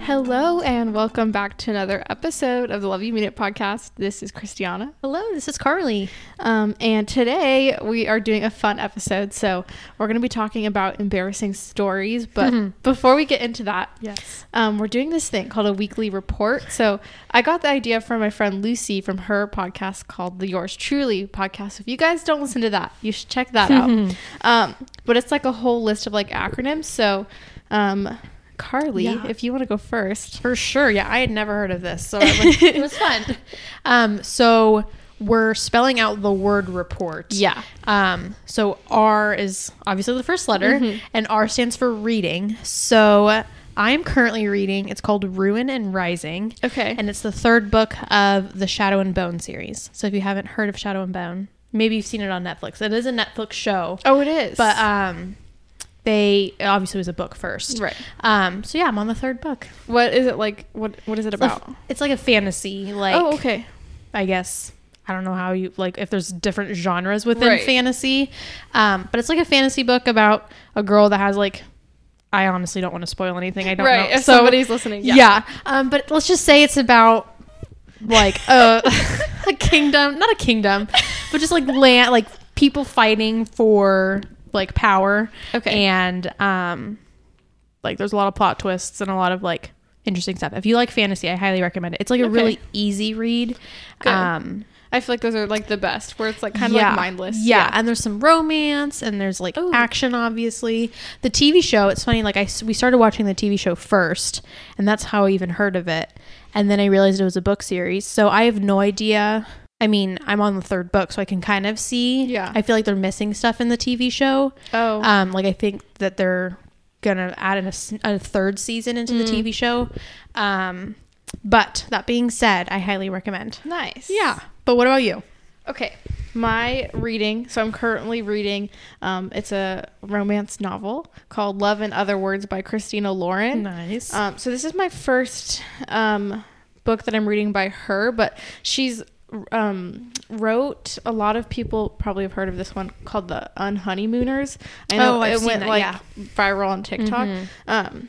Hello, and welcome back to another episode of the Love You Minute podcast. This is Christiana. Hello, this is Carly. Um, and today we are doing a fun episode. So we're going to be talking about embarrassing stories. But before we get into that, Yes. um, we're doing this thing called a weekly report. So I got the idea from my friend Lucy from her podcast called the Yours Truly podcast. If you guys don't listen to that, you should check that out. Um, but it's like a whole list of like acronyms. So, um, Carly, Yeah. if you want to go first. For sure. Yeah, I had never heard of this. So I was- it was fun. Um, so we're spelling out the word report. Yeah. Um, so R is obviously the first letter, Mm-hmm. and R stands for reading. So I'm currently reading, it's called Ruin and Rising. Okay. And it's the third book of the Shadow and Bone series. So if you haven't heard of Shadow and Bone, maybe you've seen it on Netflix. It is a Netflix show. Oh, it is. But um, they it obviously was a book first, Right. Um, so yeah, I'm on the third book. what is it like? What What is it It's about? like- It's like a fantasy, like oh, okay. I guess I don't know how you like if there's different genres within Right. fantasy, um, but it's like a fantasy book about a girl that has like. I honestly don't want to spoil anything. I don't Right, know. if somebody's listening, yeah. Um, but let's just say it's about like a, a kingdom, not a kingdom, but just like land, like people fighting for like power. Okay. And um, like there's a lot of plot twists and a lot of like interesting stuff. If you like fantasy, I highly recommend it. It's like a Okay. really easy read. Good. Um, I feel like those are like the best, where it's like kind of like mindless. Yeah. and there's some romance and there's like Ooh. action. Obviously, the TV show. It's funny. Like I s- we started watching the TV show first, and that's how I even heard of it. And then I realized it was a book series. So I have no idea. I mean, I'm on the third book, so I can kind of see. Yeah. I feel like they're missing stuff in the TV show. Oh. Um, like I think that they're gonna add in a, s- a third season into the TV show. Um, but that being said, I highly recommend. nice. But what about you? Okay. My reading, so I'm currently reading, um, it's a romance novel called Love in Other Words by Christina Lauren. Nice. Um, so this is my first um, book that I'm reading by her, but she's um, wrote a lot of people probably have heard of this one called the Unhoneymooners. I Oh, I've seen that, like yeah. Mm-hmm. viral on TikTok. Um,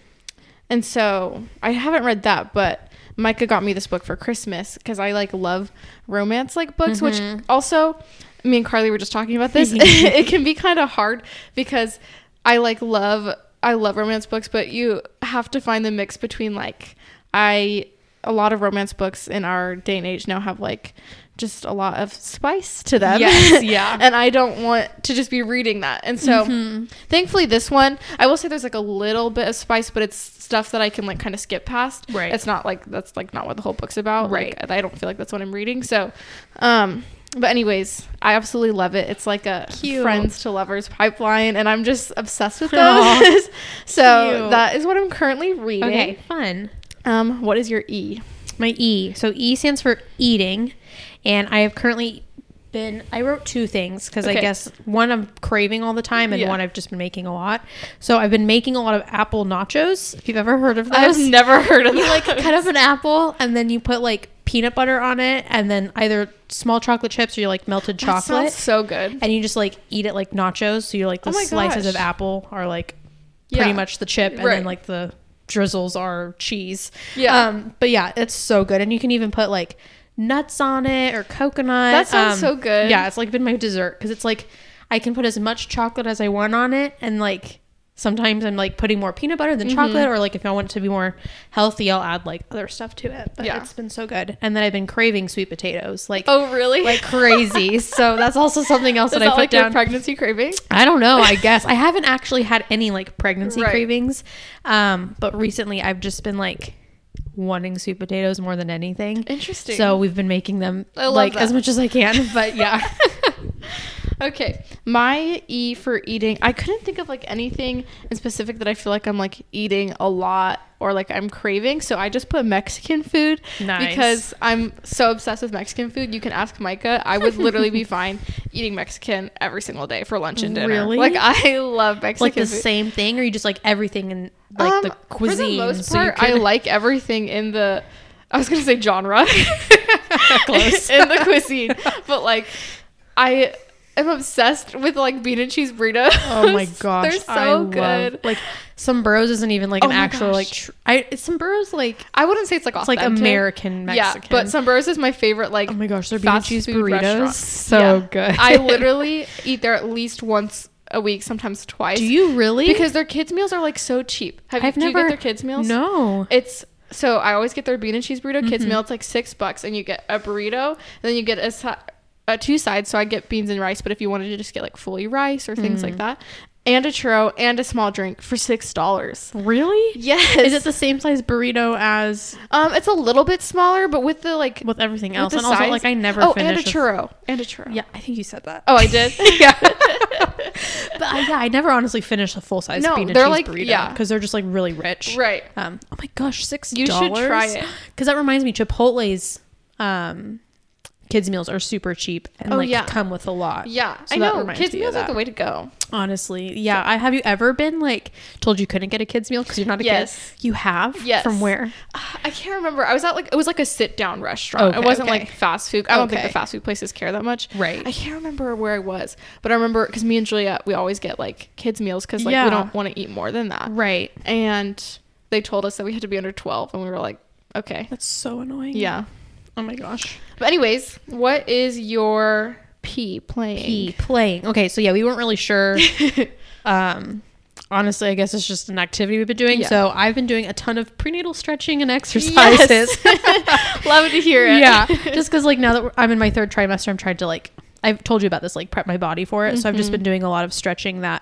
and so I haven't read that, but Micah got me this book for Christmas because I like love romance like books, Mm-hmm. which also me and Carly were just talking about this. it can be kind of hard because I like love I love romance books, but you have to find the mix between like I a lot of romance books in our day and age now have like just a lot of spice to them. Yes, yeah. Mm-hmm. and I don't want to just be reading that. And so thankfully this one, I will say there's like a little bit of spice, but it's stuff that I can like kind of skip past. Right. It's not like that's like not what the whole book's about. Right. Like, I don't feel like that's what I'm reading. So um but anyways, I absolutely love it. It's like a Cute. friends to lovers pipeline and I'm just obsessed with Aw, those. so cute. that is what I'm currently reading. Okay, fun. Um what is your E? My E. So E stands for eating, and I have currently been. I wrote two things because Okay. I guess one I'm craving all the time, and Yeah. one I've just been making a lot. So I've been making a lot of apple nachos. If you've ever heard of I've those, never heard of you like those. cut up an apple and then you put like peanut butter on it, and then either small chocolate chips or you like melted That sounds chocolate, so good. and you just like eat it like nachos. So you're like the Oh my slices gosh. of apple are like Yeah. pretty much the chip, and Right. then like the drizzles are cheese. Yeah. Um, but yeah, it's so good, and you can even put like nuts on it or coconut. That sounds Um, so good. Yeah, it's like been my dessert because it's like I can put as much chocolate as I want on it, and like sometimes I'm like putting more peanut butter than Mm-hmm. chocolate, or like if I want it to be more healthy, I'll add like other stuff to it. But Yeah. it's been so good, and then I've been craving sweet potatoes like Oh really? like crazy. so that's also something else is that I that put like your down. pregnancy craving? I don't know. I guess I haven't actually had any like pregnancy Right. cravings, um, but recently I've just been like wanting sweet potatoes more than anything. Interesting. So we've been making them I love like that. as much as I can. But yeah, Okay, my E for eating. I couldn't think of like anything in specific that I feel like I'm like eating a lot or like I'm craving. So I just put Mexican food Nice. because I'm so obsessed with Mexican food. You can ask Micah. I would literally be fine eating Mexican every single day for lunch and dinner. Really? Like I love Mexican like the food. same thing, or you just like everything and like the Um, cuisine. For the most so you part, I could- like everything in the. I was gonna say genre. Close. in the cuisine, but like, I am obsessed with like bean and cheese burritos. Oh my gosh, They're so I good. Love, like some burros isn't even like Oh an my actual like. gosh. Tr- I it's some burros like I wouldn't say it's like it's like authentic. American Mexican. Yeah, but Sombreros is my favorite. Like oh my gosh, their bean and fast cheese food burritos restaurant. so Yeah. good. I literally eat there at least once a week, sometimes twice. do you really Because their kids meals are like so cheap. Have you, I've do you never- get their kids meals? no. Mm-hmm. It's so I always get their bean and cheese burrito kids meal. It's like six bucks, and you get a burrito, and then you get a, si- a two sides. So I get beans and rice, but if you wanted to just get like fully rice or things Mm. like that, and a churro and a small drink for six dollars. Really? Yes, Is it the same size burrito as um, it's a little bit smaller, but with the like with everything with else? the and also, size- like I never. oh, finish and a churro and a churro. Yeah, I think you said that. Oh, I did. yeah. but I, yeah, I never honestly finish a full size No, bean and they're cheese like- burrito yeah. because they're just like really rich. right. Um, oh my gosh, six You should try it. because that reminds me, Chipotle's um, kids meals are super cheap and Oh, like yeah. come with a lot. Yeah, So I that know. reminds Kids me of meals are that. the way to go. Honestly, yeah. I have you ever been like told you couldn't get a kids meal because you're not a Yes. kid? You have. Yes. From where? Ah, I can't remember. I was at like it was like a sit down restaurant. Okay, it wasn't okay. like fast food. I don't think Okay. the fast food places care that much. Right. I can't remember where I was, but I remember because me and Julia we always get like kids meals because like Yeah. we don't want to eat more than that. Right. And they told us that we had to be under twelve, and we were like, okay, That's so annoying. yeah. Oh my gosh. But anyways, what is your P playing? P playing. Okay, so yeah, we weren't really sure. um, honestly, I guess it's just an activity we've been doing. Yeah. So I've been doing a ton of prenatal stretching and exercises. Love to hear it. yeah, just because like now that we're- I'm in my third trimester, I'm trying to like I've told you about this like prep my body for it. So I've Mm-hmm. just been doing a lot of stretching that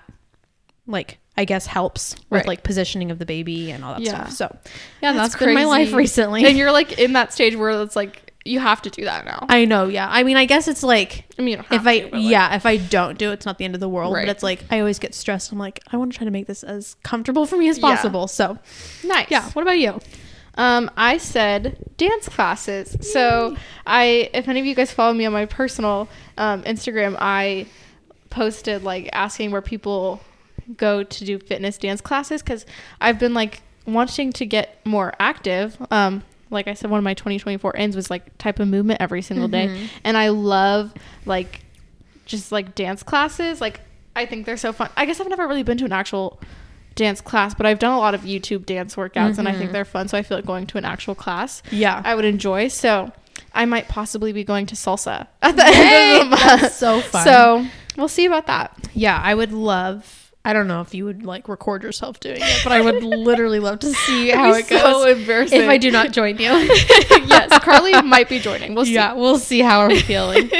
like I guess helps with Right. like positioning of the baby and all that Yeah. stuff. So yeah, That's that's been my life crazy. recently. And you're like in that stage where it's like you have to do that now. I, I know. Yeah, I mean, I guess it's like mean, you don't have if I to, but, like, yeah, if I don't do it, it's not the end of the world. Right. But it's like I always get stressed. I'm like, I want to try to make this as comfortable for me as Yeah. possible. So nice. yeah, what about you? Um, I said dance classes. So I, if any of you guys follow me on my personal um, Instagram, I posted like asking where people go to do fitness dance classes because I've been like wanting to get more active. Um, like I said, one of my 2024 ends was like type of movement every single Mhm. day, and I love like just like dance classes. Like I think they're so fun. I guess I've never really been to an actual dance class, but I've done a lot of YouTube dance workouts and I think they're fun. So I feel like going to an actual class Yeah, I would enjoy. So I might possibly be going to salsa at the end of the month. that's so fun. So we'll see about that. yeah, I would love. I don't know if you would like record yourself doing it, but I would literally love to see That'd how be it goes. So embarrassing. if I do not join you, yes, Carly might be joining. We'll see. yeah, we'll see how I'm feeling.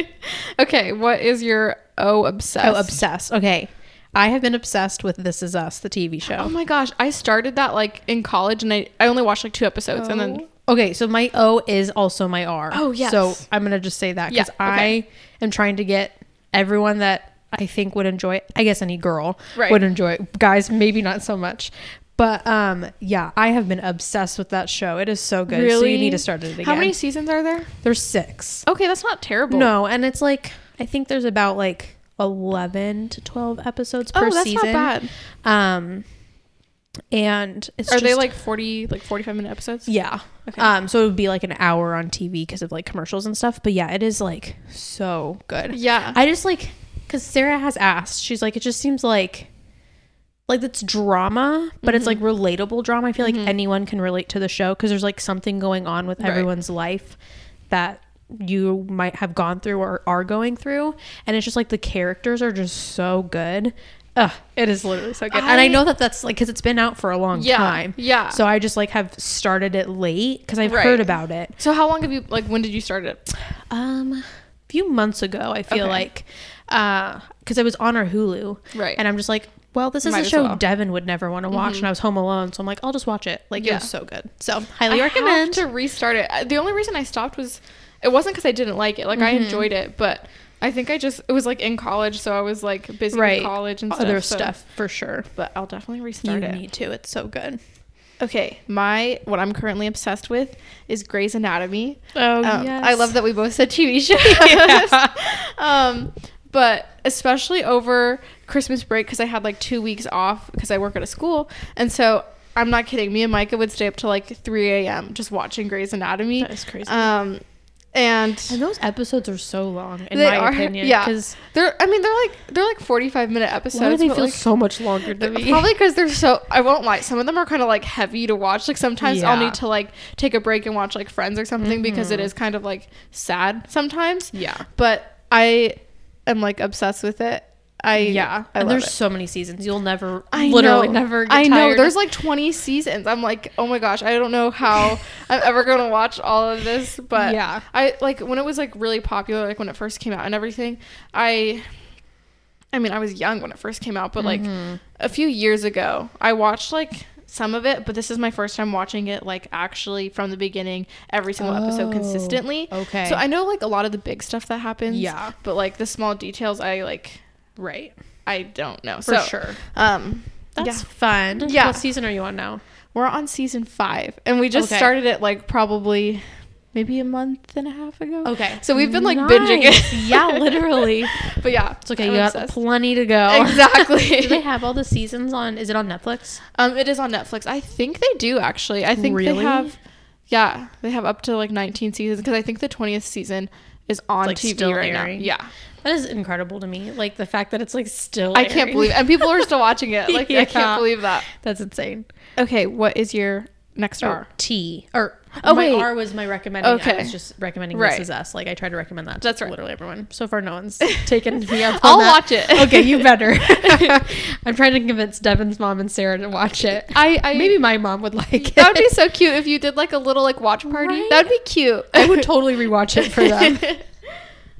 Okay, what is your O obsessed? oh, obsessed. Okay, I have been obsessed with This Is Us, the TV show. Oh my gosh, I started that like in college and I, I only watched like two episodes and then Okay, so my O is also my R. Oh, yes. So I'm gonna just say that Yeah, because okay. I am trying to get everyone that I think would enjoy. I guess any girl Right. would enjoy. it. Guys, maybe not so much. But um, yeah, I have been obsessed with that show. It is so good. So you need to start it again. How many seasons are there? There's six. Okay, that's not terrible. No, and it's like I think there's about like eleven to twelve episodes per Oh, that's season. not bad. Um, and it's Are they just- like 40, like 45 minute episodes? Yeah. Okay. Um, so it would be like an hour on TV because of like commercials and stuff. But yeah, it is like so good. Yeah. I just like because Sarah has asked. She's like, it just seems like like it's drama, but it's like Mm-hmm. relatable drama. I feel like anyone can relate to the show because there's like something going on with Right. everyone's life that you might have gone through or are going through, and it's just like the characters are just so good. Ugh, it is literally so good, and I I- know that that's like because it's been out for a long Yeah, time. yeah. so I just like have started it late because I've Right. heard about it. So how long have you like when did you start it? um a few months ago i feel Okay. like uh because i was on our hulu Right. and i'm just like well this is Might a as show well. Mm-hmm. devin would never want to watch and i was home alone so i'm like i'll just watch it like it Yeah. was so good so highly I recommend have to restart it. I- The only reason I stopped was it wasn't because I didn't like it. Like I Mm-hmm. enjoyed it, but I think I just it was like in college, so I was like busy right with college and other so- stuff for sure But I'll definitely you restart it. need to it's so good Okay, my what I'm currently obsessed with is Grey's Anatomy. oh Um, I love that we both said TV shows. um, but especially over Christmas break, because I had like two weeks off because I work at a school. And so I'm not kidding. Me and Micah would stay up till like 3 a.m. just watching Grey's Anatomy. That is crazy. Um, and And those episodes are so long, in They my are, opinion. yeah. Because they're I mean they're like they're like 45 minute episodes. why do they but, feel like, so much longer to me? Probably because they're so. I won't lie. Some of them are kind of like heavy to watch. Like sometimes I'll Yeah. Mm-hmm. need to like take a break and watch like Friends or something because it is kind of like sad sometimes. yeah. But I am like obsessed with it. I yeah. yeah. I and love there's it. so many seasons. You'll never, I literally know. never get I know. tired. There's like 20 seasons. I'm like, oh my gosh, I don't know how I'm ever gonna watch all of this. But Yeah. I like when it was like really popular, like when it first came out and everything. I, I mean, I was young when it first came out, but Mm-hmm. like a few years ago, I watched like some of it, but this is my first time watching it like actually from the beginning, every single episode Oh, consistently. okay. So I know like a lot of the big stuff that happens. Yeah. But like the small details, I like. right. I don't know. For so, sure. Um, yeah. That's fun. Yeah. What season are you on now? We're on season five, and we just Okay. started it like probably maybe a month and a half ago. Okay. So we've been, like, binging Nice. it. yeah, literally. But yeah, It's okay. I'm you got obsessed. plenty to go. Do they Exactly. have all the seasons on? Is it on Netflix? um, it is on Netflix. I think they do actually. I think Really? they have. Yeah, they have up to like 19 seasons because I think the 20th season is on like, TV still right airing. now. Yeah, That is incredible to me. Like the fact that it's like still. I can't airing. believe, and people are still watching it. Like I Yeah. can't believe that. Oh. That's insane. Okay, what is your next R? T or oh Oh, my wait. R was my recommending. I Okay. was just recommending Right. this is us. Like I tried to recommend that. to That's right. Literally everyone. So far, no one's taken me up. on I'll that. watch it. okay, you better. I'm trying to convince Devin's mom and Sarah to watch it. I, I Maybe my mom would like it. that would be so cute if you did like a little like watch party. Right? That'd be cute. I would totally rewatch it for them.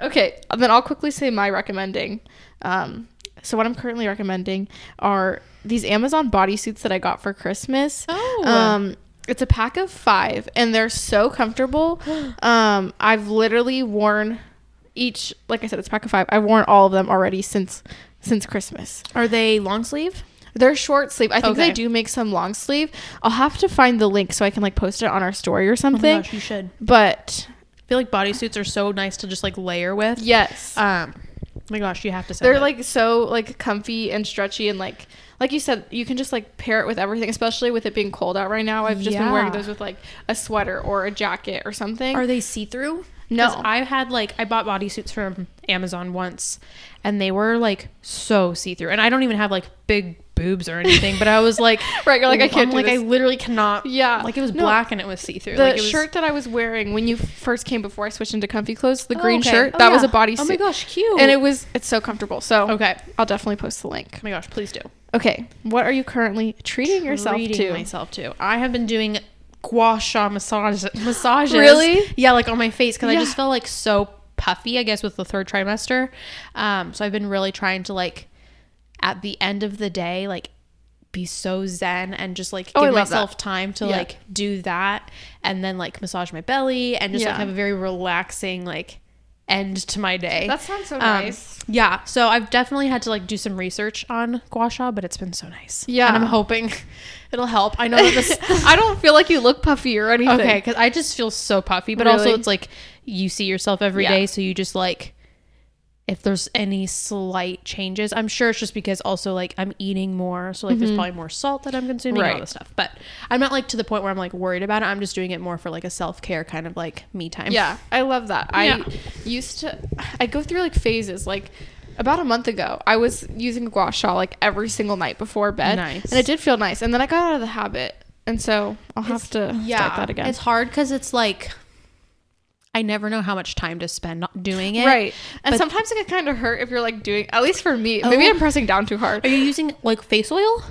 okay, then I'll quickly say my recommending. Um, so what I'm currently recommending are these Amazon bodysuits that I got for Christmas. Oh. Um, it's a pack of five, and they're so comfortable. um, I've literally worn each, like I said, it's a pack of five. I've worn all of them already since since Christmas. Are they long sleeve? They're short sleeve. I think Okay. they do make some long sleeve. I'll have to find the link so I can like post it on our story Oh or something. you should. but I feel like bodysuits are so nice to just like layer with. yes, Um, oh my gosh, you have to. Send they're it. like so like comfy and stretchy and like like you said you can just like pair it with everything especially with it being cold out right now i've just been Yeah. wearing those with like a sweater or a jacket or something Are they see through? No. I had like I bought bodysuits from Amazon once, and they were like so see through. And I don't even have like big boobs or anything, but I was like, Right, you're like, I can't I'm do like this. I literally cannot. Yeah. like it was No. black and it was see through. the like, it was, shirt that i was wearing when you first came before i switched into comfy clothes the Oh, green okay. shirt Oh, that was a yeah. bodysuit Oh my gosh, cute. and it was it's so comfortable so okay. i'll definitely post the link Oh my gosh, please do. okay what are you currently treating yourself Reading to myself too. I have been doing gua sha massage massages. Really? Yeah, like on my face because I Yeah. just felt like so puffy. I guess with the third trimester, um, so I've been really trying to like at the end of the day like be so zen and just like Oh, I give love that. myself time to Yeah. like do that and then like massage my belly and just Yeah. like have a very relaxing like end to my day. that sounds so Um, nice Yeah, so I've definitely had to like do some research on gua sha, but it's been so nice. Yeah. and I'm hoping it'll help. I know that this i don't feel like you look puffy or anything okay because I just feel so puffy, but also Really? it's like you see yourself every day, Yeah. so you just like if there's any slight changes, I'm sure it's just because also like I'm eating more, so like there's probably more salt that I'm consuming, all Mm-hmm. Right. this stuff. But I'm not like to the point where I'm like worried about it. I'm just doing it more for like a self care kind of like me time. Yeah, I love that. Yeah. I used to, I go through like phases. Like about a month ago, I was using gua sha like every single night before bed, Nice. and it did feel nice. And then I got out of the habit, and so I'll have to start that again. It's hard because it's like I never know how much time to spend not doing it. right, and but- sometimes it can kind of hurt if you're like doing. At least for me, maybe Oh. I'm pressing down too Are hard. you using like face oil?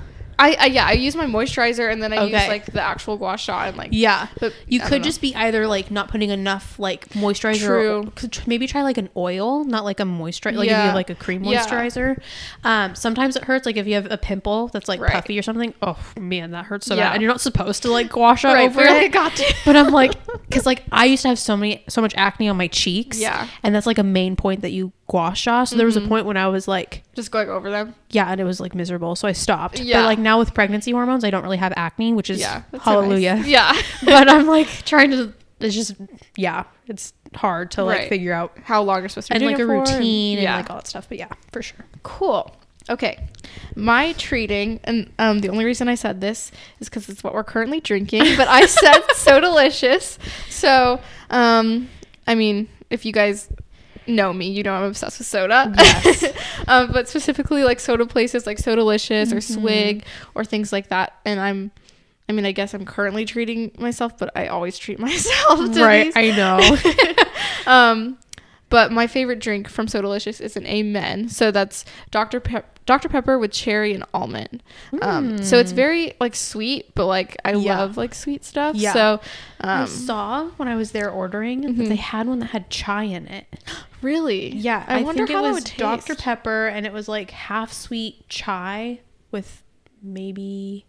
I, I yeah, I use my moisturizer, and then I Okay. use like the actual gua sha, and like Yeah. But you I could don't know. just be either like not putting enough like moisturizer. True. Could tr- maybe try like an oil, not like a moisturizer. Like if you Yeah. have like a cream Yeah. moisturizer. Um, sometimes it hurts. Like if you have a pimple that's like Right. puffy or something. Oh man, that hurts so Yeah. bad. And you're not supposed to like wash out right. over Where it. I got to. but I'm like, because like I used to have so many, so much acne on my cheeks. Yeah. Mm-hmm. And that's like a main point that you gua sha. So there was a point when I was like, just going over them. yeah, and it was like miserable. So I stopped. But Yeah. like now with pregnancy hormones, I don't really have acne, which is Yeah, that's so nice. hallelujah. Yeah, but I'm like trying to, it's just, yeah, it's hard to like Right. figure out how long you're supposed to be and doing like it a for and- routine and, yeah. like all that stuff. But yeah, for sure. Cool. Okay. My treating, and um, the only reason I said this is because it's what we're currently drinking, but I said so delicious. So um, I mean, if you guys know me, you know I'm obsessed with soda. Yes. um, but specifically like soda places like Sodalicious or Mm-hmm. Swig or things like that. And I'm, I mean, I guess I'm currently treating myself, but I always treat myself. To right, these. I know. Um, but my favorite drink from Sodalicious is an Amen. So that's Dr. Pep Dr. Pepper with cherry and almond. Um, so it's very like sweet, but like I Mm. Yeah. love like sweet stuff. Yeah. So I um, saw when I was there ordering Mm-hmm. that they had one that had chai in it. really, Yeah, I, wonder think how it was that would taste. Dr. Pepper, and it was like half sweet chai with maybe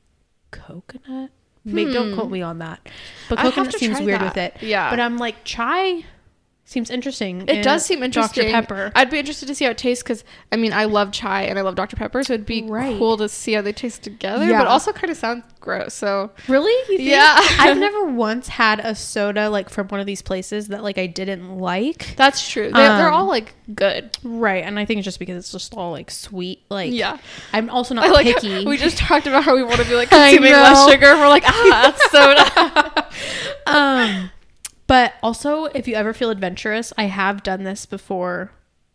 coconut. May- Don't quote me on that, but I'd Hmm. have coconut to seems try weird that. with it. Yeah. but I'm like chai seems interesting. It in does seem interesting. Dr. Pepper. I'd be interested to see how it tastes because I mean I love chai and I love Dr. Pepper, so it'd be Right. cool to see how they taste together. Yeah. But also kind of sounds gross. So Really? You think? Yeah. I've never once had a soda like from one of these places that like I didn't like. that's true. They're, they're Um, all like good. Right, and I think it's just because it's just all like sweet. Like Yeah. I'm also not I like how- picky. we just talked about how we want to be like I consuming less know. sugar. We're like ah, that's soda. um but also if you ever feel adventurous i have done this before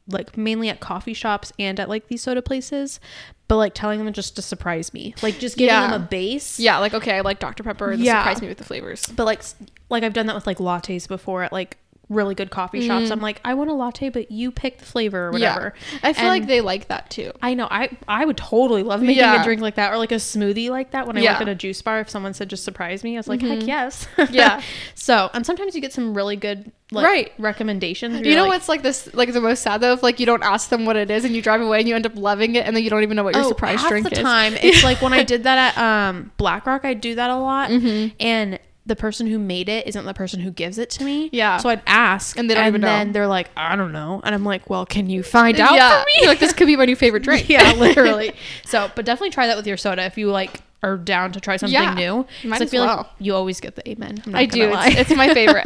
like mainly at coffee shops and at like these soda places but like telling them just to surprise me like just giving Yeah. them a base yeah, like okay, I like Dr. Pepper. And Yeah. surprise me with the flavors. but like s- like i've done that with like lattes before at like really good coffee shops i'm like i want a latte but you pick the flavor or whatever Yeah. I feel And- like they like that too. I know. I I would totally love making Yeah. a drink like that or like a smoothie like that. When I Yeah. worked at a juice bar, if someone said just surprise me, I was like, heck yes. Yeah. so and sometimes you get some really good like Right. recommendations. You know what's like this, like the most sad though, if like you don't ask them what it is and you drive away and you end up loving it and then you don't even know what your surprise Oh, half drink the is. time it's like when I did that at um BlackRock, I do that a lot, and the person who made it isn't the person who gives it to me. Yeah. So I'd ask, And they don't even know. then they're like, I don't know, and I'm like, well, can you find out yeah. for me? You're like this could be my new favorite drink. yeah, literally. So, but definitely try that with your soda if you like are down to try something Yeah, new. might 'Cause I as feel like well. you always get the amen. I'm not I gonna do. lie. It's, it's my favorite.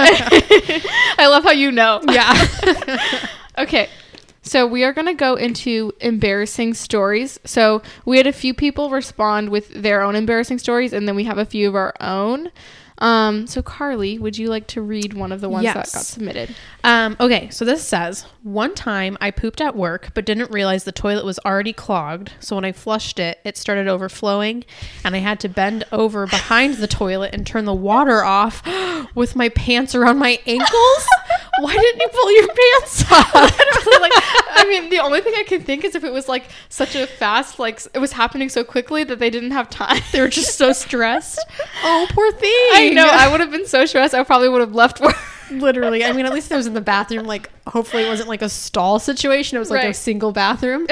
I love how you know. yeah. Okay. So we are going to go into embarrassing stories. So we had a few people respond with their own embarrassing stories, and then we have a few of our own. Um, so Carly, would you like to read one of the ones that Yes. got submitted? Um, okay, so this says one time I pooped at work but didn't realize the toilet was already clogged. So when I flushed it, it started overflowing, and I had to bend over behind the toilet and turn the water off with my pants around my ankles. Why didn't you pull your pants up? like, I mean, the only thing I can think is if it was like such a fast, like it was happening so quickly that they didn't have time. they were just so stressed. Oh, poor thing. I know. I would have been so stressed. I probably would have left work. Literally. I mean, at least I was in the bathroom. Like, hopefully, it wasn't like a stall situation. It was like a Right. single bathroom.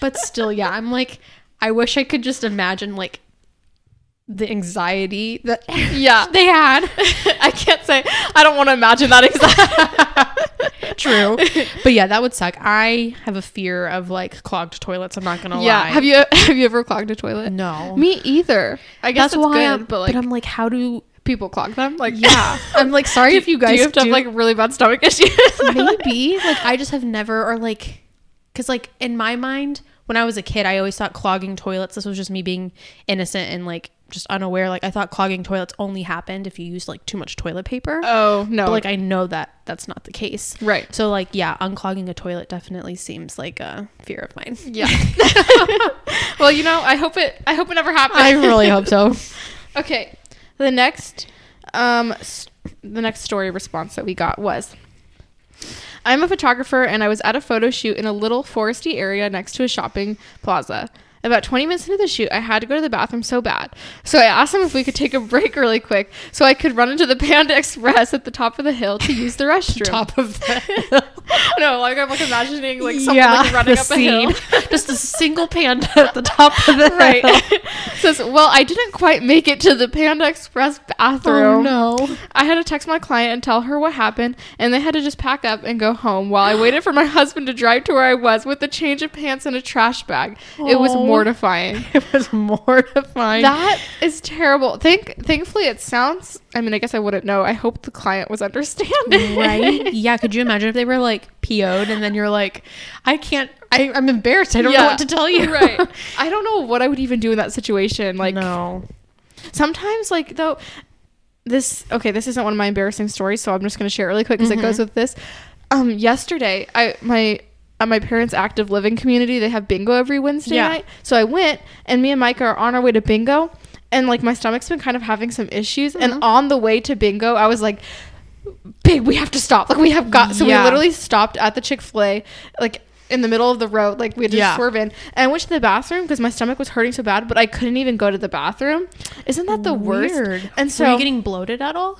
But still, yeah, I'm like, I wish I could just imagine like the anxiety that Yeah. they had. I can't say. I don't want to imagine that exactly. True. But yeah, that would suck. I have a fear of like clogged toilets. I'm not going to Yeah. lie. Have you have you ever clogged a toilet? No. Me either. I guess That's that's why good, I'm, but like I'm like, how do. people clog them. Like Yeah. I'm like, sorry if you guys do you have to have like really bad stomach issues? maybe like i just have never or like because like in my mind when i was a kid i always thought clogging toilets this was just me being innocent and like just unaware like i thought clogging toilets only happened if you used like too much toilet paper Oh no. but like i know that that's not the case Right. so like yeah unclogging a toilet definitely seems like a fear of mine yeah. well, you know, I hope it. I hope it never happens. i really hope so Okay. The next um s the next story response that we got was I'm a photographer and I was at a photo shoot in a little foresty area next to a shopping plaza. About 20 minutes into the shoot, I had to go to the bathroom so bad. So I asked them if we could take a break really quick so I could run into the Panda Express at the top of the hill to use the restroom. of that no, like I'm like imagining like someone yeah like running the up a hill. scene just a single panda at the top of the Right. hill. Says, well, I didn't quite make it to the Panda Express bathroom. oh no I had to text my client and tell her what happened, and they had to just pack up and go home while I waited for my husband to drive to where I was with a change of pants and a trash bag. It was Oh. mortifying. it was mortifying That is terrible. Think thankfully it sounds I mean, I guess I wouldn't know. I hope the client was understanding. right? yeah. Could you imagine if they were like PO'd and then you're like, I can't, I, I'm embarrassed. I don't know Yeah. what to tell you. right. I don't know what I would even do in that situation. Like no. sometimes like though this okay this isn't one of my embarrassing stories so i'm just going to share it really quick because it Mm-hmm. goes with this um yesterday i my at my parents active living community they have bingo every wednesday Yeah. night so i went and me and mike are on our way to bingo and like my stomach's been kind of having some issues Mm-hmm. and on the way to bingo i was like babe we have to stop like we have got so Yeah. we literally stopped at the chick-fil-a like in the middle of the road like we had to Yeah. swerve in and i went to the bathroom because my stomach was hurting so bad but i couldn't even go to the bathroom isn't that the worst Weird. and so were you getting bloated at all?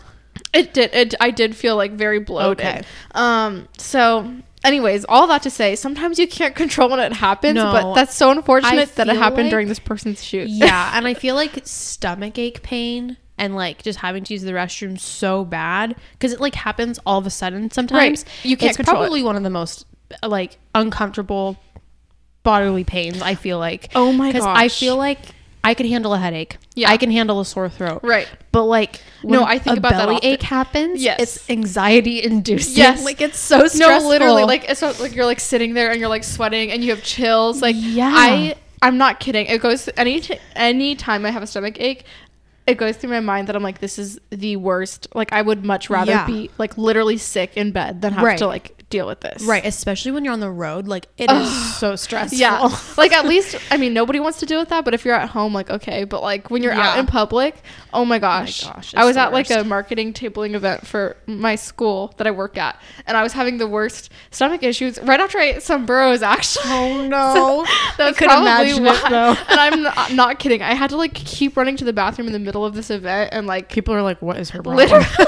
it did. It, I did feel like very bloated. Okay. Um. So, anyways, all that to say, sometimes you can't control when it happens, No. but that's so unfortunate that it feel happened during like- this person's shoot. yeah, and I feel like stomach ache pain and like just having to use the restroom so bad because it like happens all of a sudden sometimes. You can't It's control it. probably one of the most like uncomfortable bodily pains. I feel like. Oh my Because I gosh. feel like I can handle a headache. Yeah. I can handle a sore throat. Right. But like, No, when I think a about that belly often. ache happens. Yes. It's anxiety inducing. Yes. Like it's so stressful. No, literally, like it's not like you're like sitting there and you're like sweating and you have chills. Like, Yeah. I, I'm not kidding. It goes any t- any time I have a stomach ache. It goes through my mind that I'm like, this is the worst. Like, I would much rather Yeah. be like literally sick in bed than have Right. to like deal with this. Right, especially when you're on the road, like it is so stressful. Yeah. like at least I mean nobody wants to deal with that, but if you're at home, like okay. But like when you're out Yeah. in public, oh my gosh. gosh, I it's was the at like worst. a marketing tabling event for my school that I work at, and I was having the worst stomach issues right after I ate some burros actually. Oh, no. I That's could probably imagine why. it, though. And I'm not, not kidding. I had to like keep running to the bathroom in the middle of this event and like People are like, "What is her problem?" literally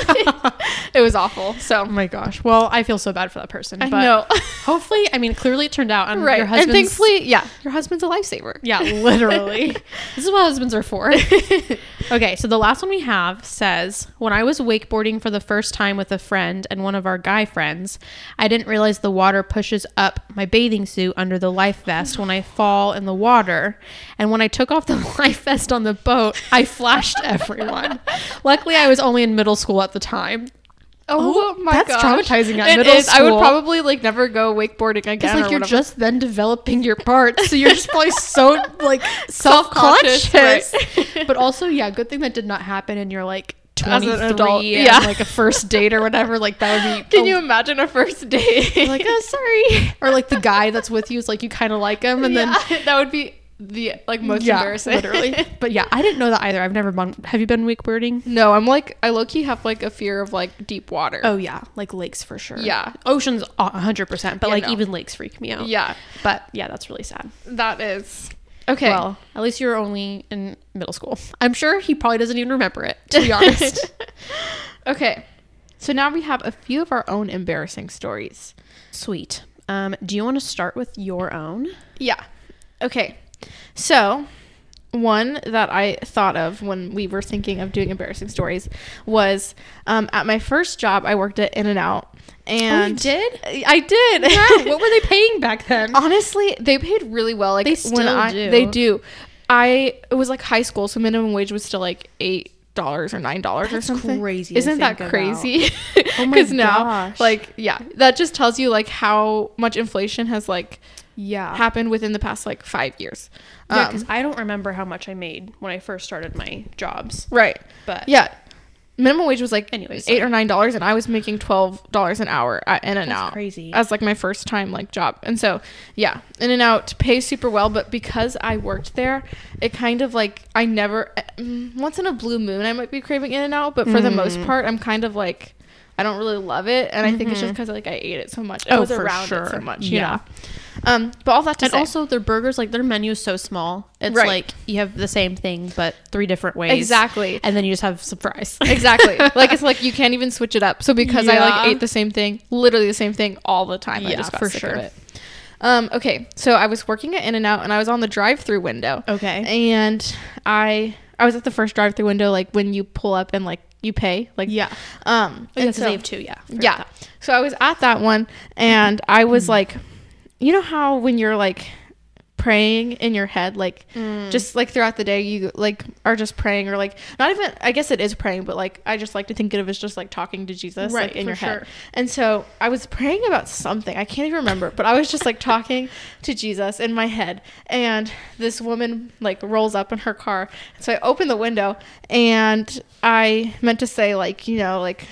it was awful. So Oh my gosh. Well, I feel so bad for that person. I but know. hopefully, I mean, clearly it turned out, and right. your husband's and thankfully, yeah, your husband's a lifesaver. yeah, literally, this is what husbands are for. okay, so the last one we have says, "When I was wakeboarding for the first time with a friend and one of our guy friends, I didn't realize the water pushes up my bathing suit under the life vest when I fall in the water, and when I took off the life vest on the boat, I flashed everyone. Luckily, I was only in middle school at the time." Oh, Oh, my that's gosh. traumatizing at It middle is. I would school. probably like never go wakeboarding It's again. like or you're whatever. just then developing your parts, so you're just probably so like self Self-conscious, conscious. right. but also, yeah, good thing that did not happen, and you're like As an 23 adult, and, yeah. like a first date or whatever. Like that would be. Can oh, you imagine a first date? Like oh sorry, or like the guy that's with you is like you kind of like him, and then Yeah, that would be the like most yeah, embarrassing. literally. But yeah, I didn't know that either. I've never been. Have you been wakeboarding? no, I'm like I low key have like a fear of like deep water. Oh yeah, like lakes for sure. Yeah. oceans a hundred percent, but Yeah, like no. even lakes freak me out. Yeah, but yeah, that's really sad. that is okay. Well, at least you were only in middle school. I'm sure he probably doesn't even remember it, to be honest. okay. So now we have a few of our own embarrassing stories. Sweet. Um, do you want to start with your own? Yeah. Okay. So, one that I thought of when we were thinking of doing embarrassing stories was um, at my first job. I worked at In and Out, and Oh, did? I did. Ah, what were they paying back then? Honestly, they paid really well. Like They still I, do. They do. I it was like high school, so minimum wage was still like eight dollars or nine dollars or That's something. crazy to Isn't that think about. crazy? Oh my now, gosh. like, yeah, that just tells you like how much inflation has like Yeah. happened within the past like five years. Um, yeah, because I don't remember how much I made when I first started my jobs. right. But Yeah. Minimum wage was like Anyways, eight or nine dollars, and I was making twelve dollars an hour at In and That's Out. crazy. As like my first time like job, and so yeah, In and Out pays super well, but because I worked there, it kind of like I never mm, once in a blue moon I might be craving In and Out, but for the most Mm-hmm. part I'm kind of like I don't really love it, and I think it's just because like I ate it so much, I Mm-hmm. Oh, was for around it so sure. much, you Yeah. know. Um, but all that to And say, also their burgers, like their menu is so small. It's Right. like you have the same thing but three different ways. Exactly. And then you just have some fries. exactly like it's like you can't even switch it up so because i like Yeah. ate the same thing literally the same thing all the time i Yeah, just got for sick sure. of it um okay so i was working at in and out and i was on the drive-through window Okay. and i i was at the first drive-through window like when you pull up and like you pay like Yeah. um Oh, and yeah, 'cause so- they have two, yeah. Forgot yeah that. Mm. so i was at that one and i was like you know how when you're like praying in your head like Mm. just like throughout the day you like are just praying or like not even I guess it is praying but like I just like to think of it as just like talking to Jesus Right, like in for your sure. head. And so I was praying about something. I can't even remember, but I was just like talking to Jesus in my head. And this woman like rolls up in her car. So I open the window and I meant to say like, you know, like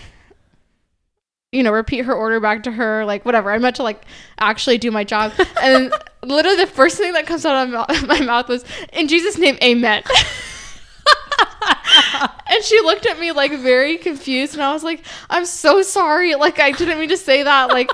you know, repeat her order back to her, like whatever. I meant to like actually do my job. And literally the first thing that comes out of my mou- my mouth was, in Jesus' name, amen. and she looked at me like very confused. And I was like, I'm so sorry. Like, I didn't mean to say that. Like,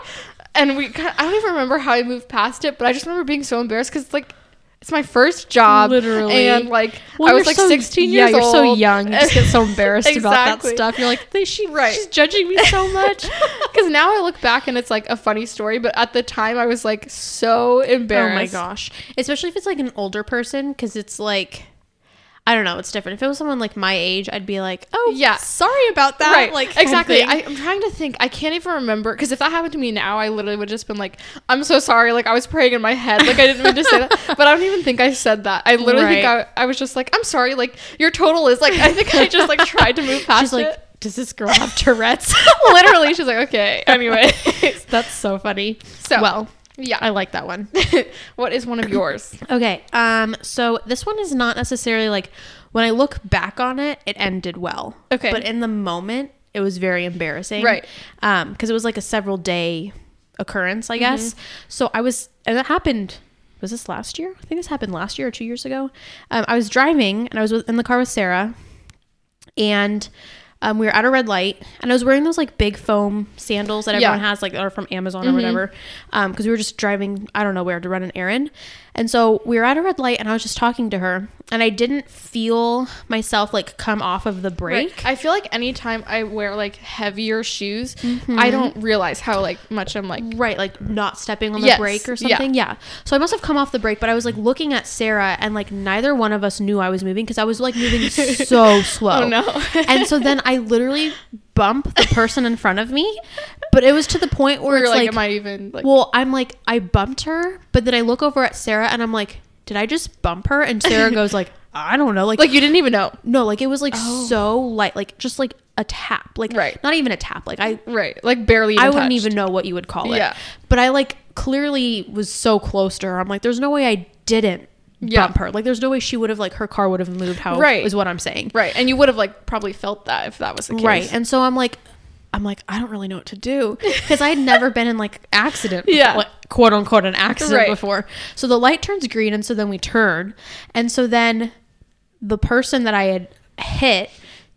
and we, kind I don't even remember how I moved past it, but I just remember being so embarrassed because like, it's my first job. Literally. And like, Well, I was you're like so- 16 yeah, years you're old. so young. You just get so embarrassed about that Exactly. stuff. You're like, they, she, Right. she's judging me so much. Because now I look back and it's like a funny story, but at the time I was like so oh my embarrassed. gosh. Especially if it's like an older person, because it's like, I don't know, it's different. If it was someone like my age, I'd be like, oh, Yeah. sorry about that. right, Like, exactly. kind I, of I'm trying to think. I can't even remember because if that happened to me now, I literally would just been like, "I'm so sorry." Like I was praying in my head, like I didn't mean to say that, but I don't even think I said that. I literally Right. think I, I was just like, "I'm sorry." Like your total is like I think I just like tried to move past She's like, it. does this girl have Tourette's? literally, she's like, "Okay." Anyway, That's so funny. So- well, I yeah. like that one. what is one of yours? Okay. Um. So this one is not necessarily like when I look back on it, it ended well. Okay. But in the moment, it was very embarrassing. Right. Um. Because it was like a several day occurrence, I guess. Mm-hmm. So I was, and it happened. Was this last year? I think this happened last year or two years ago. Um, I was driving and I was with, in the car with Sarah, and um, we were at a red light, and I was wearing those like big foam sandals that Yeah. everyone has, like are from Amazon or whatever, because we were just driving. I don't know where to run an errand, and so we were at a red light, and I was just talking to her, and I didn't feel myself like come off of the brake. I feel like anytime I wear like heavier shoes, Mm-hmm. I don't realize how like much I'm like Right, like not stepping on the Yes, brake or yeah. something. Yeah. So I must have come off the brake, but I was like looking at Sarah, and like neither one of us knew I was moving because I was like moving so slow. Oh, no. and so then I literally bump the person in front of me, but it was to the point where or it's like, like, am I even like well, I'm like I bumped her, but then I look over at Sarah and I'm like, did I just bump her? And Sarah goes like, I don't know, like like you didn't even know. no, like it was like so light, like just like a tap, like Right. not even a tap, like I Right. Like barely even I wouldn't touched. even know what you would call it. Yeah. But I like clearly was so close to her. I'm like, there's no way I didn't Yeah. bump her. Like there's no way she would have like her car would have moved how Right. is what I'm saying. Right. And you would have like probably felt that if that was the case. Right. And so I'm like I'm like, I don't really know what to do. Because I had never been in like accident Yeah. like, quote unquote an accident Right. before. So the light turns green and so then we turn. And so then the person that I had hit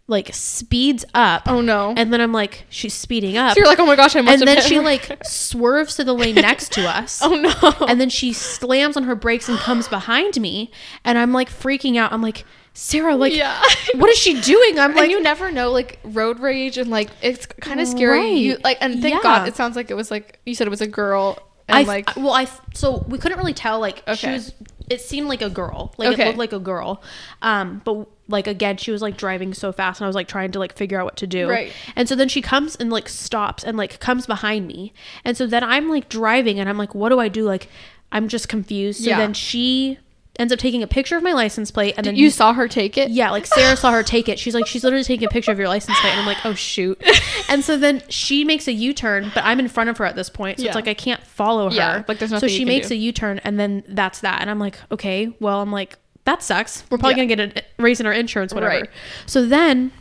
like speeds up. Oh no. And then I'm like, she's speeding up. so you're like, oh my gosh, I must and have then hit she her. like swerves to the lane next to us. Oh no. And then she slams on her brakes and comes behind me, and I'm like freaking out. I'm like, Sarah, like, Yeah. what is she doing? I'm And like, you never know, like road rage and like it's kind of scary. Right. You like, and thank Yeah. God it sounds like it was like you said it was a girl, and I like like, well, I so we couldn't really tell. Like, she Okay. was. It seemed like a girl. Like it Okay. looked like a girl. Um, but like again, she was like driving so fast, and I was like trying to like figure out what to do. Right. And so then she comes and like stops and like comes behind me, and so then I'm like driving, and I'm like, what do I do? Like, I'm just confused. So Yeah. then she ends up taking a picture of my license plate, and then you saw her take it. yeah, like Sarah saw her take it. She's like, she's literally taking a picture of your license plate. And I'm like, oh, shoot. And so then she makes a U turn, but I'm in front of her at this point. So Yeah. it's like, I can't follow her. Yeah, like, there's So nothing you she can makes do. a U turn, and then that's that. And I'm like, okay, well, I'm like, that sucks. We're probably Yeah. going to get a raise in our insurance, whatever. Right. So then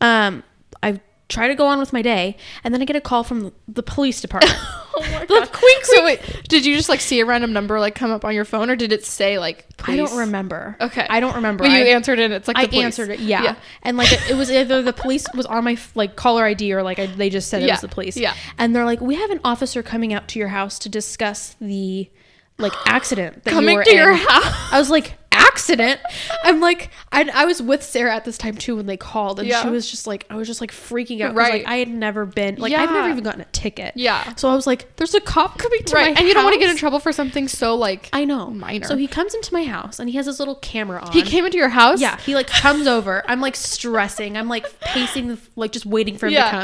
um, I try to go on with my day, and then I get a call from the police department. Oh my god. So wait, did you just like see a random number like come up on your phone, or did it say like I please? don't remember. Okay. I don't remember. But you I- answered it. And it's like I the police. answered it, yeah. And like it, it was either the police was on my like caller ID or like I, they just said it Yeah, was the police. yeah. And they're like, we have an officer coming out to your house to discuss the like accident that you Coming were to your in." house. I was like, accident. I'm like, I, I was with Sarah at this time too when they called, and Yeah. she was just like, I was just like freaking out. 'cause, Right. Like I had never been like I've never Yeah. even gotten a ticket. Yeah. So I was like, there's a cop coming to Right. my And you don't want to get in house? trouble for something so like I know. Minor. So he comes into my house and he has this little camera on. he came into your house. Yeah, he like comes over. I'm like stressing. I'm like pacing, the- like just waiting for him Yeah. to come.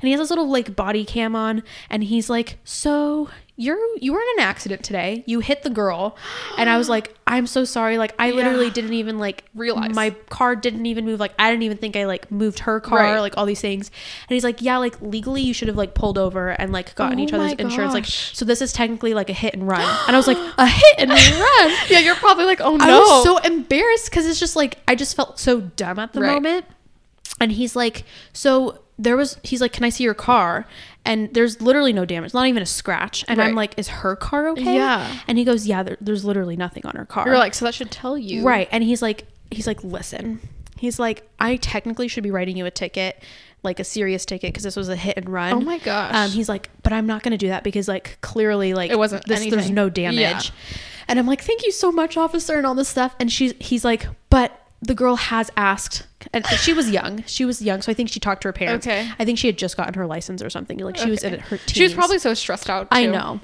And he has this little like body cam on, and he's like, "So you're you were in an accident today. You hit the girl." And I was like, "I'm so sorry. Like I literally Yeah. didn't even like Realize. my car didn't even move. Like I didn't even think I like moved her car, Right. like all these things." And he's like, "Yeah, like legally you should have like pulled over and like gotten Oh each other's my insurance. Like gosh. so this is technically like a hit and run." And I was like, "A hit and run?" yeah, you're probably like, oh no. I was so embarrassed because it's just like I just felt so dumb at the Right. moment. And he's like, so there was. He's like, can I see your car? And there's literally no damage, not even a scratch. And I'm Right. like, is her car okay? Yeah. And he goes, yeah, there, there's literally nothing on her car. you're like, so that should tell you, Right. And he's like, he's like, listen. He's like, I technically should be writing you a ticket, like a serious ticket, because this was a hit and run. Oh my gosh. Um, he's like, but I'm not going to do that because, like, clearly, like, It wasn't This, there's anything. no Yeah. damage. And I'm like, thank you so much, officer, and all this stuff. And she's, he's like, but the girl has asked, and she was young. She was young, so I think she talked to her parents. Okay. I think she had just gotten her license or something. Like, she was Okay. in her. Teens. She was probably so stressed out. I too. know.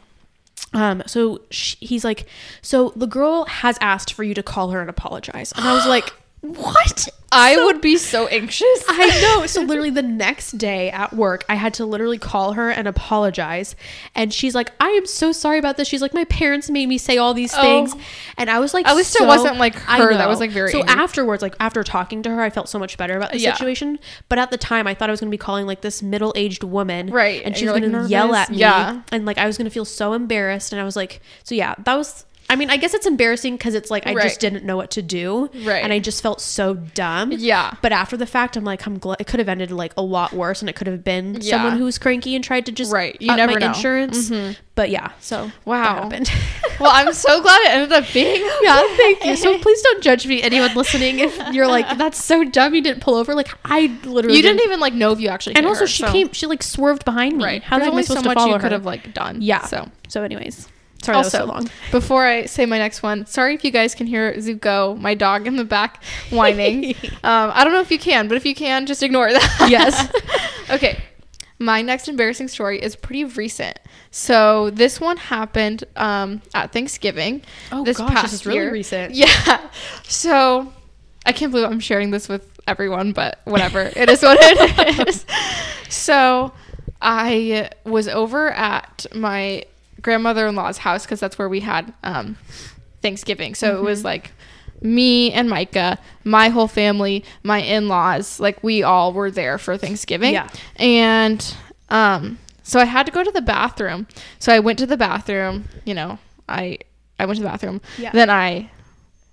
Um, so sh he's like, so the girl has asked for you to call her and apologize, and I was like, what? I So- would be so anxious. I know. So literally the next day at work, I had to literally call her and apologize, and she's like, I am so sorry about this. She's like, my parents made me say all these Oh. things, and I was like, At least it so- wasn't, like, I her that know. was, like, very So angry. afterwards, like after talking to her, I felt so much better about the Yeah. situation. But at the time, I thought I was going to be calling like this middle-aged woman, Right, And and she you're, was like, going to yell nervous. at me, Yeah. and like I was gonna feel so embarrassed. And I was like, so yeah, that was. I mean, I guess it's embarrassing because it's like I just Right. didn't know what to do, Right. And I just felt so dumb. Yeah. But after the fact, I'm like, I'm glad it could have ended like a lot worse, and it could have been Yeah. someone who was cranky and tried to just Right. You up never my know. insurance. But yeah, so Wow. that happened. well, I'm so glad it ended up being. yeah, thank you. So please don't judge me, anyone listening, if you're like, that's so dumb, you didn't pull over. Like I literally You didn't even like know if you actually. And hit also, her, she so- came. She like swerved behind me. Right. How There's am I only supposed so much to follow you her? could have like done. Yeah. So So, anyways, sorry also, that was so long. Before I say my next one, sorry if you guys can hear Zuko, my dog in the back, whining. um, I don't know if you can, but if you can, just ignore that. Yes. okay. My next embarrassing story is pretty recent. So this one happened um, at Thanksgiving. Oh this gosh, this past is really year. recent. Yeah. So I can't believe I'm sharing this with everyone, but whatever. it is what it is. So I was over at my grandmother in law's house because that's where we had um, Thanksgiving. So it Mm-hmm. was like me and Micah, my whole family, my in laws, like we all were there for Thanksgiving. Yeah. And um, so I had to go to the bathroom. So I went to the bathroom, you know, I I went to the bathroom. Yeah. Then I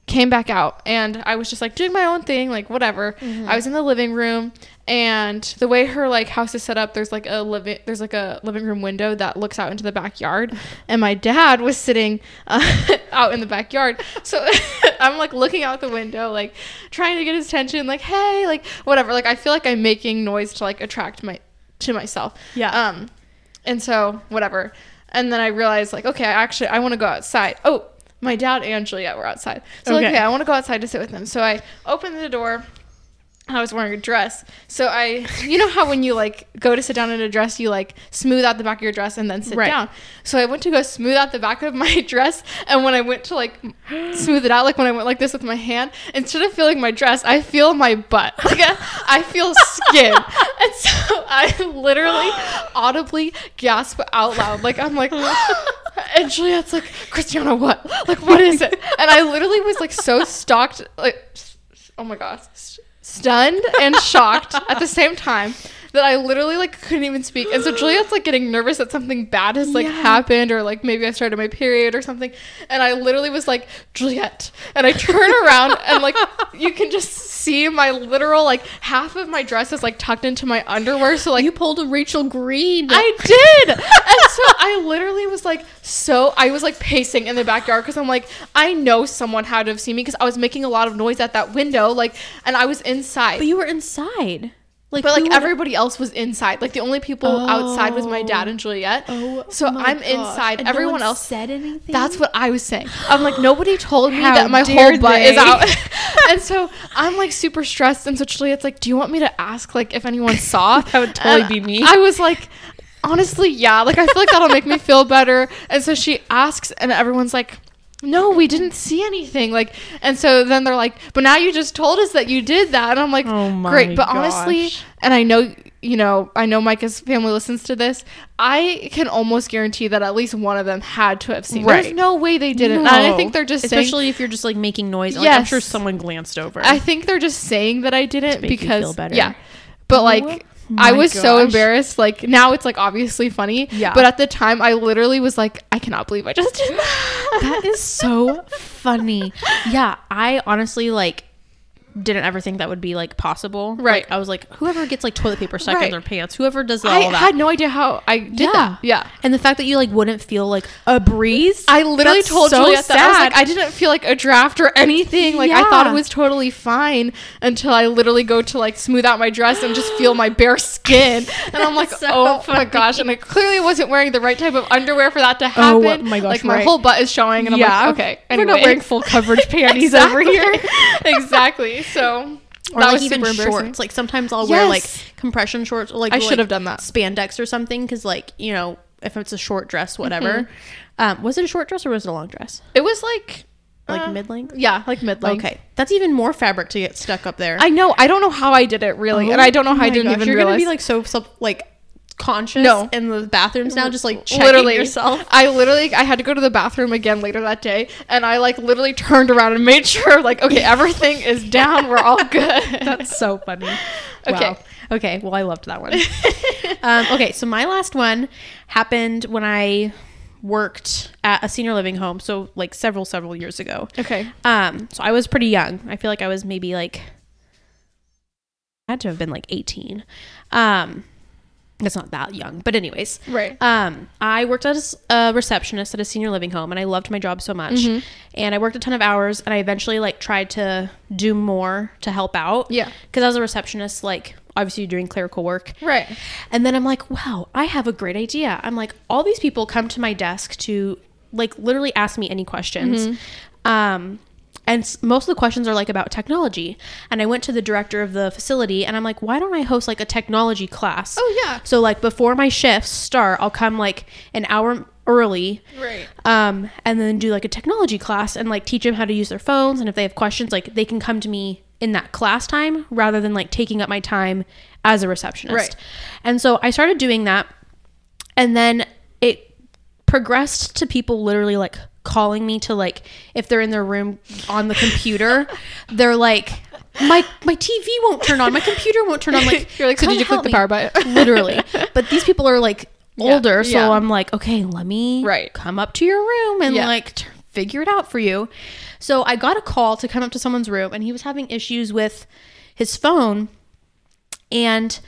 came back out and I was just like doing my own thing, like whatever. I was in the living room and the way her like house is set up, there's like a living there's like a living room window that looks out into the backyard. And my dad was sitting uh, out in the backyard, so I'm like looking out the window, like trying to get his attention, like hey, like whatever. Like I feel like I'm making noise to like attract my to myself. Yeah. Um, and so whatever. And then I realized like, okay, I actually I want to go outside. Oh, my dad and Juliet were outside. So Okay. like, okay, I want to go outside to sit with them. So I opened the door. and I was wearing a dress. So I, you know how when you like go to sit down in a dress, you like smooth out the back of your dress and then sit Right. down. So I went to go smooth out the back of my dress. And when I went to like smooth it out, like when I went like this with my hand, instead of feeling my dress, I feel my butt. Like I, I feel skin. and so I literally audibly gasp out loud. Like I'm like, and Juliet's like, Christiana, what? Like, what is it? And I literally was like so stalked, like, s- s- oh my gosh, s- stunned and shocked at the same time that I literally like couldn't even speak. And so Juliet's like getting nervous that something bad has like Yeah. happened or like maybe I started my period or something. And I literally was like, Juliet. And I turn around and like you can just see my literal like half of my dress is like tucked into my underwear. So like you pulled a Rachel Green. I did. and so I literally was like, so I was like pacing in the backyard because I'm like, I know someone had to have seen me because I was making a lot of noise at that window, like, and I was inside. but you were inside. Like, But who like would- everybody else was inside. Like the only people outside was my dad and Juliet. Oh so my I'm gosh. inside. And no Everyone one else said anything. That's what I was saying. I'm like nobody told me How that my dare whole butt they. is out. and so I'm like super stressed. And so Juliet's like, "Do you want me to ask like if anyone saw?" That would totally And be me. I was like, honestly, yeah. Like I feel like that'll make me feel better. And so she asks, and everyone's like. No, we didn't see anything. Like, and so then they're like, "But now you just told us that you did that," and I'm like, Oh my "Great," but honestly, gosh. and I know you know, I know Micah's family listens to this. I can almost guarantee that at least one of them had to have seen. it. There's Right. no way they didn't. And I No. think they're just saying, especially if you're just like making noise. Like, I'm Yes. sure someone glanced over. I think they're just saying that I didn't make you because feel better. yeah. But like I my was so gosh. embarrassed. Like now it's like obviously funny. Yeah. But at the time I literally was like, I cannot believe I just did that. that is so funny. Yeah, I honestly like didn't ever think that would be like possible. Right. Like, I was like, whoever gets like toilet paper stuck in Right. their pants, whoever does all I that. had no idea how I did that. Yeah. And the fact that you like wouldn't feel like a breeze. I literally That's told so Juliet that I was sad. like, I didn't feel like a draft or anything. Like I thought it Yeah. was totally fine until I literally go to like smooth out my dress and just feel my bare skin, and I'm like, That's so oh my funny. gosh! And I clearly wasn't wearing the right type of underwear for that to happen. Oh, my gosh, Like my right. whole butt is showing, and I'm Yeah. like, okay, We're not wearing full coverage panties over here. exactly. So or that like was even super embarrassing. shorts. Like sometimes I'll wear like Yes. compression shorts or like I like, should have done that. spandex or something because like you know if it's a short dress whatever. Um, was it a short dress or was it a long dress? It was like Like uh, mid-length? Yeah, like mid length. okay, that's even more fabric to get stuck up there. I know. I don't know how I did it really, and I don't know how I Oh my didn't gosh, even You're realize. gonna be like so self like conscious No. in the bathrooms now, just like checking literally yourself. I literally I had to go to the bathroom again later that day and I like literally turned around and made sure like okay everything is down we're all good. That's so funny. Okay. Wow. Okay. Well, I loved that one. um, okay. So my last one happened when I worked at a senior living home. So like several, several years ago. okay. Um, so I was pretty young. I feel like I was maybe like had to have been like 18. Um, that's not that young, but anyways, Right. um, I worked as a receptionist at a senior living home, and I loved my job so much. Mm-hmm. And I worked a ton of hours, and I eventually like tried to do more to help out. Yeah. because as a receptionist, like obviously you're doing clerical work, Right. and then I'm like, wow, I have a great idea. I'm like, all these people come to my desk to like literally ask me any questions. Mm-hmm. Um, and s- most of the questions are like about technology. And I went to the director of the facility and I'm like, why don't I host like a technology class? Oh, yeah. So like before my shifts start, I'll come like an hour early Right. um, and then do like a technology class and like teach them how to use their phones. And if they have questions, like they can come to me in that class time rather than like taking up my time as a receptionist. Right. And so I started doing that. And then it progressed to people literally like calling me to like if they're in their room on the computer, they're like, my my TV won't turn on, my computer won't turn on. Like You're like, so "Come did you click help the me." power button? literally. But these people are like older, so yeah. I'm like, okay, let me Right. come up to your room and Yeah. like t- figure it out for you. So I got a call to come up to someone's room, and he was having issues with his phone, and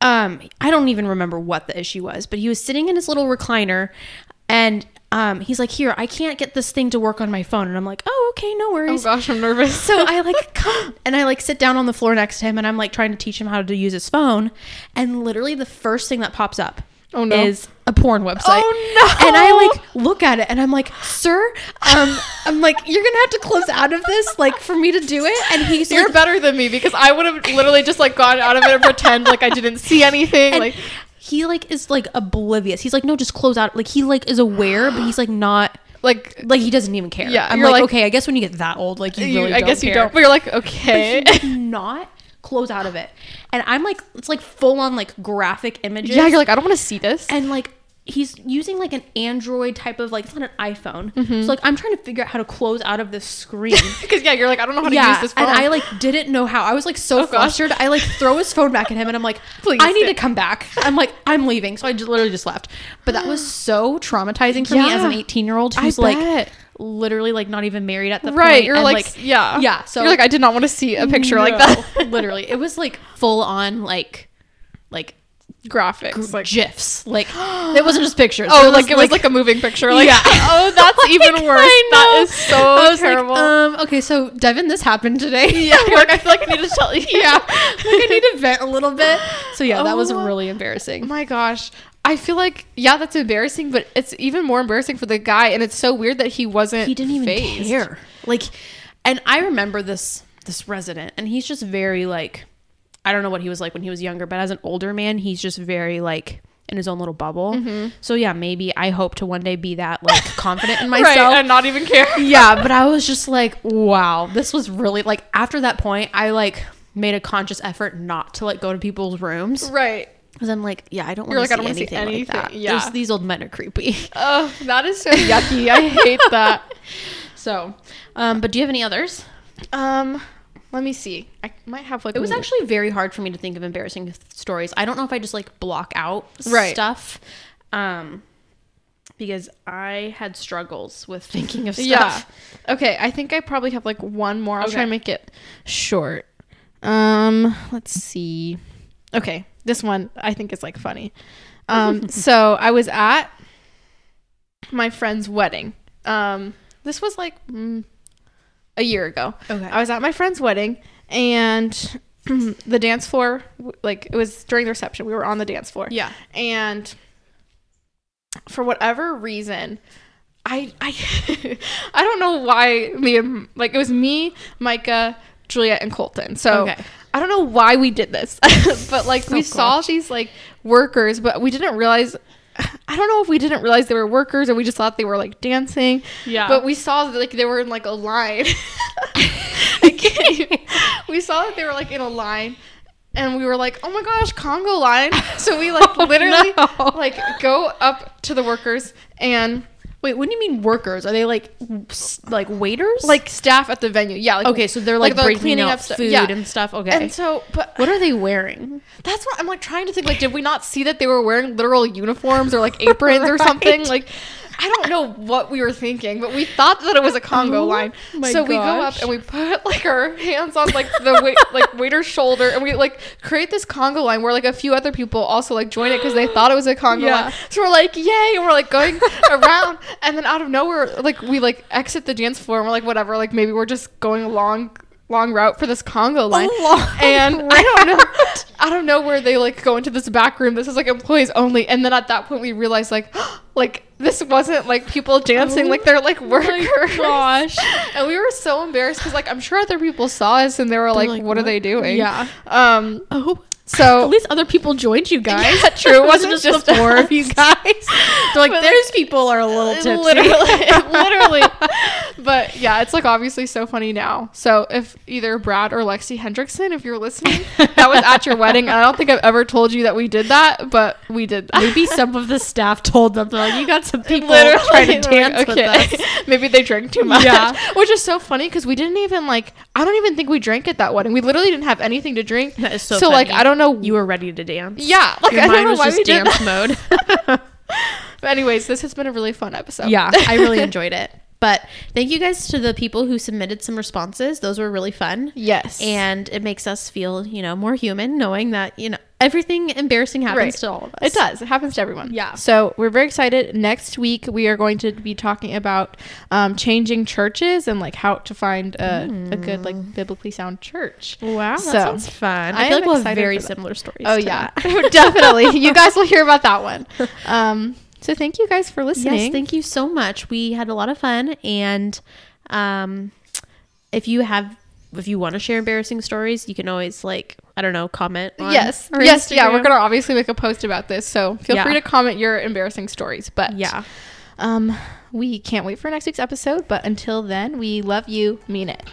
um, I don't even remember what the issue was, but he was sitting in his little recliner, and um, he's like, "Here, I can't get this thing to work on my phone," and I'm like, "Oh, okay, no Oh worries." gosh, I'm nervous. so I like come and I like sit down on the floor next to him and I'm like trying to teach him how to use his phone. And literally the first thing that pops up Oh, no. is a porn website. Oh, no. And I like look at it and I'm like, sir, um, I'm like, you're gonna have to close out of this, like for me to do it. And he's You're like, better than me because I would have literally just like gone out of it and pretend like I didn't see anything. and like he like is like oblivious. He's like, no, just close out. Like he like is aware, but he's like not like like he doesn't even care. Yeah, I'm you're like, like- okay, I guess when you get that old, like you you, really I don't guess you care." don't. But you're like, but he okay. did not close out of it. And I'm like, it's like full on like graphic images. yeah, you're like, I don't want to see this. and like he's using like an Android type of like it's not an iPhone. Mm-hmm. So like I'm trying to figure out how to close out of this screen. Because yeah, you're like, I don't know how to use yeah, this and phone. I like didn't know how. I was like so Oh, gosh. flustered. I like throw his phone back at him, and I'm like, Please I need do. to come back." I'm like, "I'm leaving," so I just literally just left. But that was so traumatizing for me as an Yeah. 18 year old I who's like bet. literally like not even married at the right. point, you're and, like, yeah, yeah. So you're like, I did not want to see a picture like No, that. literally, it was like full on like like graphics. Like, gifs. Like it wasn't just pictures. oh, like it was like a moving picture. Like, Yeah. oh, that's even Like, worse. I That know. is so I was like, terrible. um, okay, so Devin, this happened today. yeah, like, I feel like I need to tell you. yeah, like I need to vent a little bit. So yeah, that was Oh. really embarrassing. My gosh. I feel like yeah, that's embarrassing, but it's even more embarrassing for the guy, and it's so weird that he wasn't. He didn't even phased. care. Like, and I remember this this resident, and he's just very like, I don't know what he was like when he was younger, but as an older man, he's just very like in his own little bubble. Mm-hmm. So yeah, maybe I hope to one day be that like confident in myself. right, and not even care. yeah, but I was just like, wow, this was really like after that point, I like made a conscious effort not to like go to people's rooms Right. because I'm like, yeah, I don't You're want like, I to don't see wanna see anything like anything. that. Yeah. There's, these old men are creepy. Oh, that is so yucky. I hate that. so, um, but do you have any others? Um, let me see. I might have like It was actually very hard for me to think of embarrassing th- stories. I don't know if I just like block out Right. stuff. Um because I had struggles with thinking of stuff. yeah. Okay, I think I probably have like one more. I'll try Okay. and make it short. Um, let's see. Okay, this one I think is like funny. Um, so I was at my friend's wedding. Um, this was like mm, a year ago. Okay. I was at my friend's wedding and the dance floor, w- like it was during the reception, we were on the dance floor. yeah. And for whatever reason, I I I don't know why me and like it was me, Micah, Juliet, and Colton. So Okay. I don't know why we did this, but like we cool. saw these like workers, but we didn't realize. I don't know if we didn't realize they were workers or we just thought they were like dancing. Yeah. But we saw that like they were in like a line. I can't even- we saw that they were like in a line and we were like, "Oh my gosh, Congo line." So we like Oh, literally no. like go up to the workers and Wait, what do you mean workers? Are they like w- s- like waiters? like staff at the venue. Yeah, like okay, so they're like, the breaking up stuff. food Yeah. and stuff. Okay. And so, but what are they wearing? that's what I'm like trying to think. Like, did we not see that they were wearing literal uniforms or like aprons or something? Right. Like, I don't know what we were thinking, but we thought that it was a Congo Oh line. my So we go up gosh. and we put like our hands on like the wait, like waiter's shoulder, and we like create this Congo line where like a few other people also like join it because they thought it was a Congo Yeah. line. So we're like, yay! And we're like going around, and then out of nowhere, like we like exit the dance floor, and we're like, whatever. Like maybe we're just going along long route for this Congo line, long and I don't know. I don't know where they like go into this back room. This is like employees only. And then at that point, we realized like, like this wasn't like people dancing. Oh like they're like workers. gosh. and we were so embarrassed because like I'm sure other people saw us and they were like, like, what, are "What?" they doing? Yeah. Um. Oh. So At least other people joined you guys. Yeah, true. It It wasn't just, the four of you guys. They're like, But, there's people are a little tipsy. uh, literally, literally. But yeah, it's like obviously so funny now. So if either Brad or Lexi Hendrickson, if you're listening, that was at your wedding. And I don't think I've ever told you that we did that, but we did that. Maybe some of the staff told them, they're like, you got some people Literally, trying to we're like, dance with us. Maybe they drank too much. Yeah. Which is so funny because we didn't even like I don't even think we drank at that wedding. We literally didn't have anything to drink. That is so like funny. I don't know You were ready to dance. Yeah. Like Your I don't mind know was why just we did dance that. mode. But anyways, this has been a really fun episode. yeah, I really enjoyed it. But thank you guys to the people who submitted some responses. Those were really fun. Yes. And it makes us feel, you know, more human knowing that, you know, everything embarrassing happens Right. to all of us. It does. It happens to everyone. Yeah. So we're very excited. Next week we are going to be talking about um, changing churches and like how to find a, a good like biblically sound church. Mm. Wow, that So, sounds fun. I I, feel am like we'll have excited very for that. similar stories. Oh to yeah, that. definitely. You guys will hear about that one. Um, so thank you guys for listening. Yes, thank you so much. We had a lot of fun, and um, if you have, if you want to share embarrassing stories, you can always like, I don't know, comment. On yes, our yes, yeah. We're Instagram. gonna obviously make a post about this, so feel Yeah. free to comment your embarrassing stories. But yeah. um, we can't wait for next week's episode. But until then, we love you. Mean it.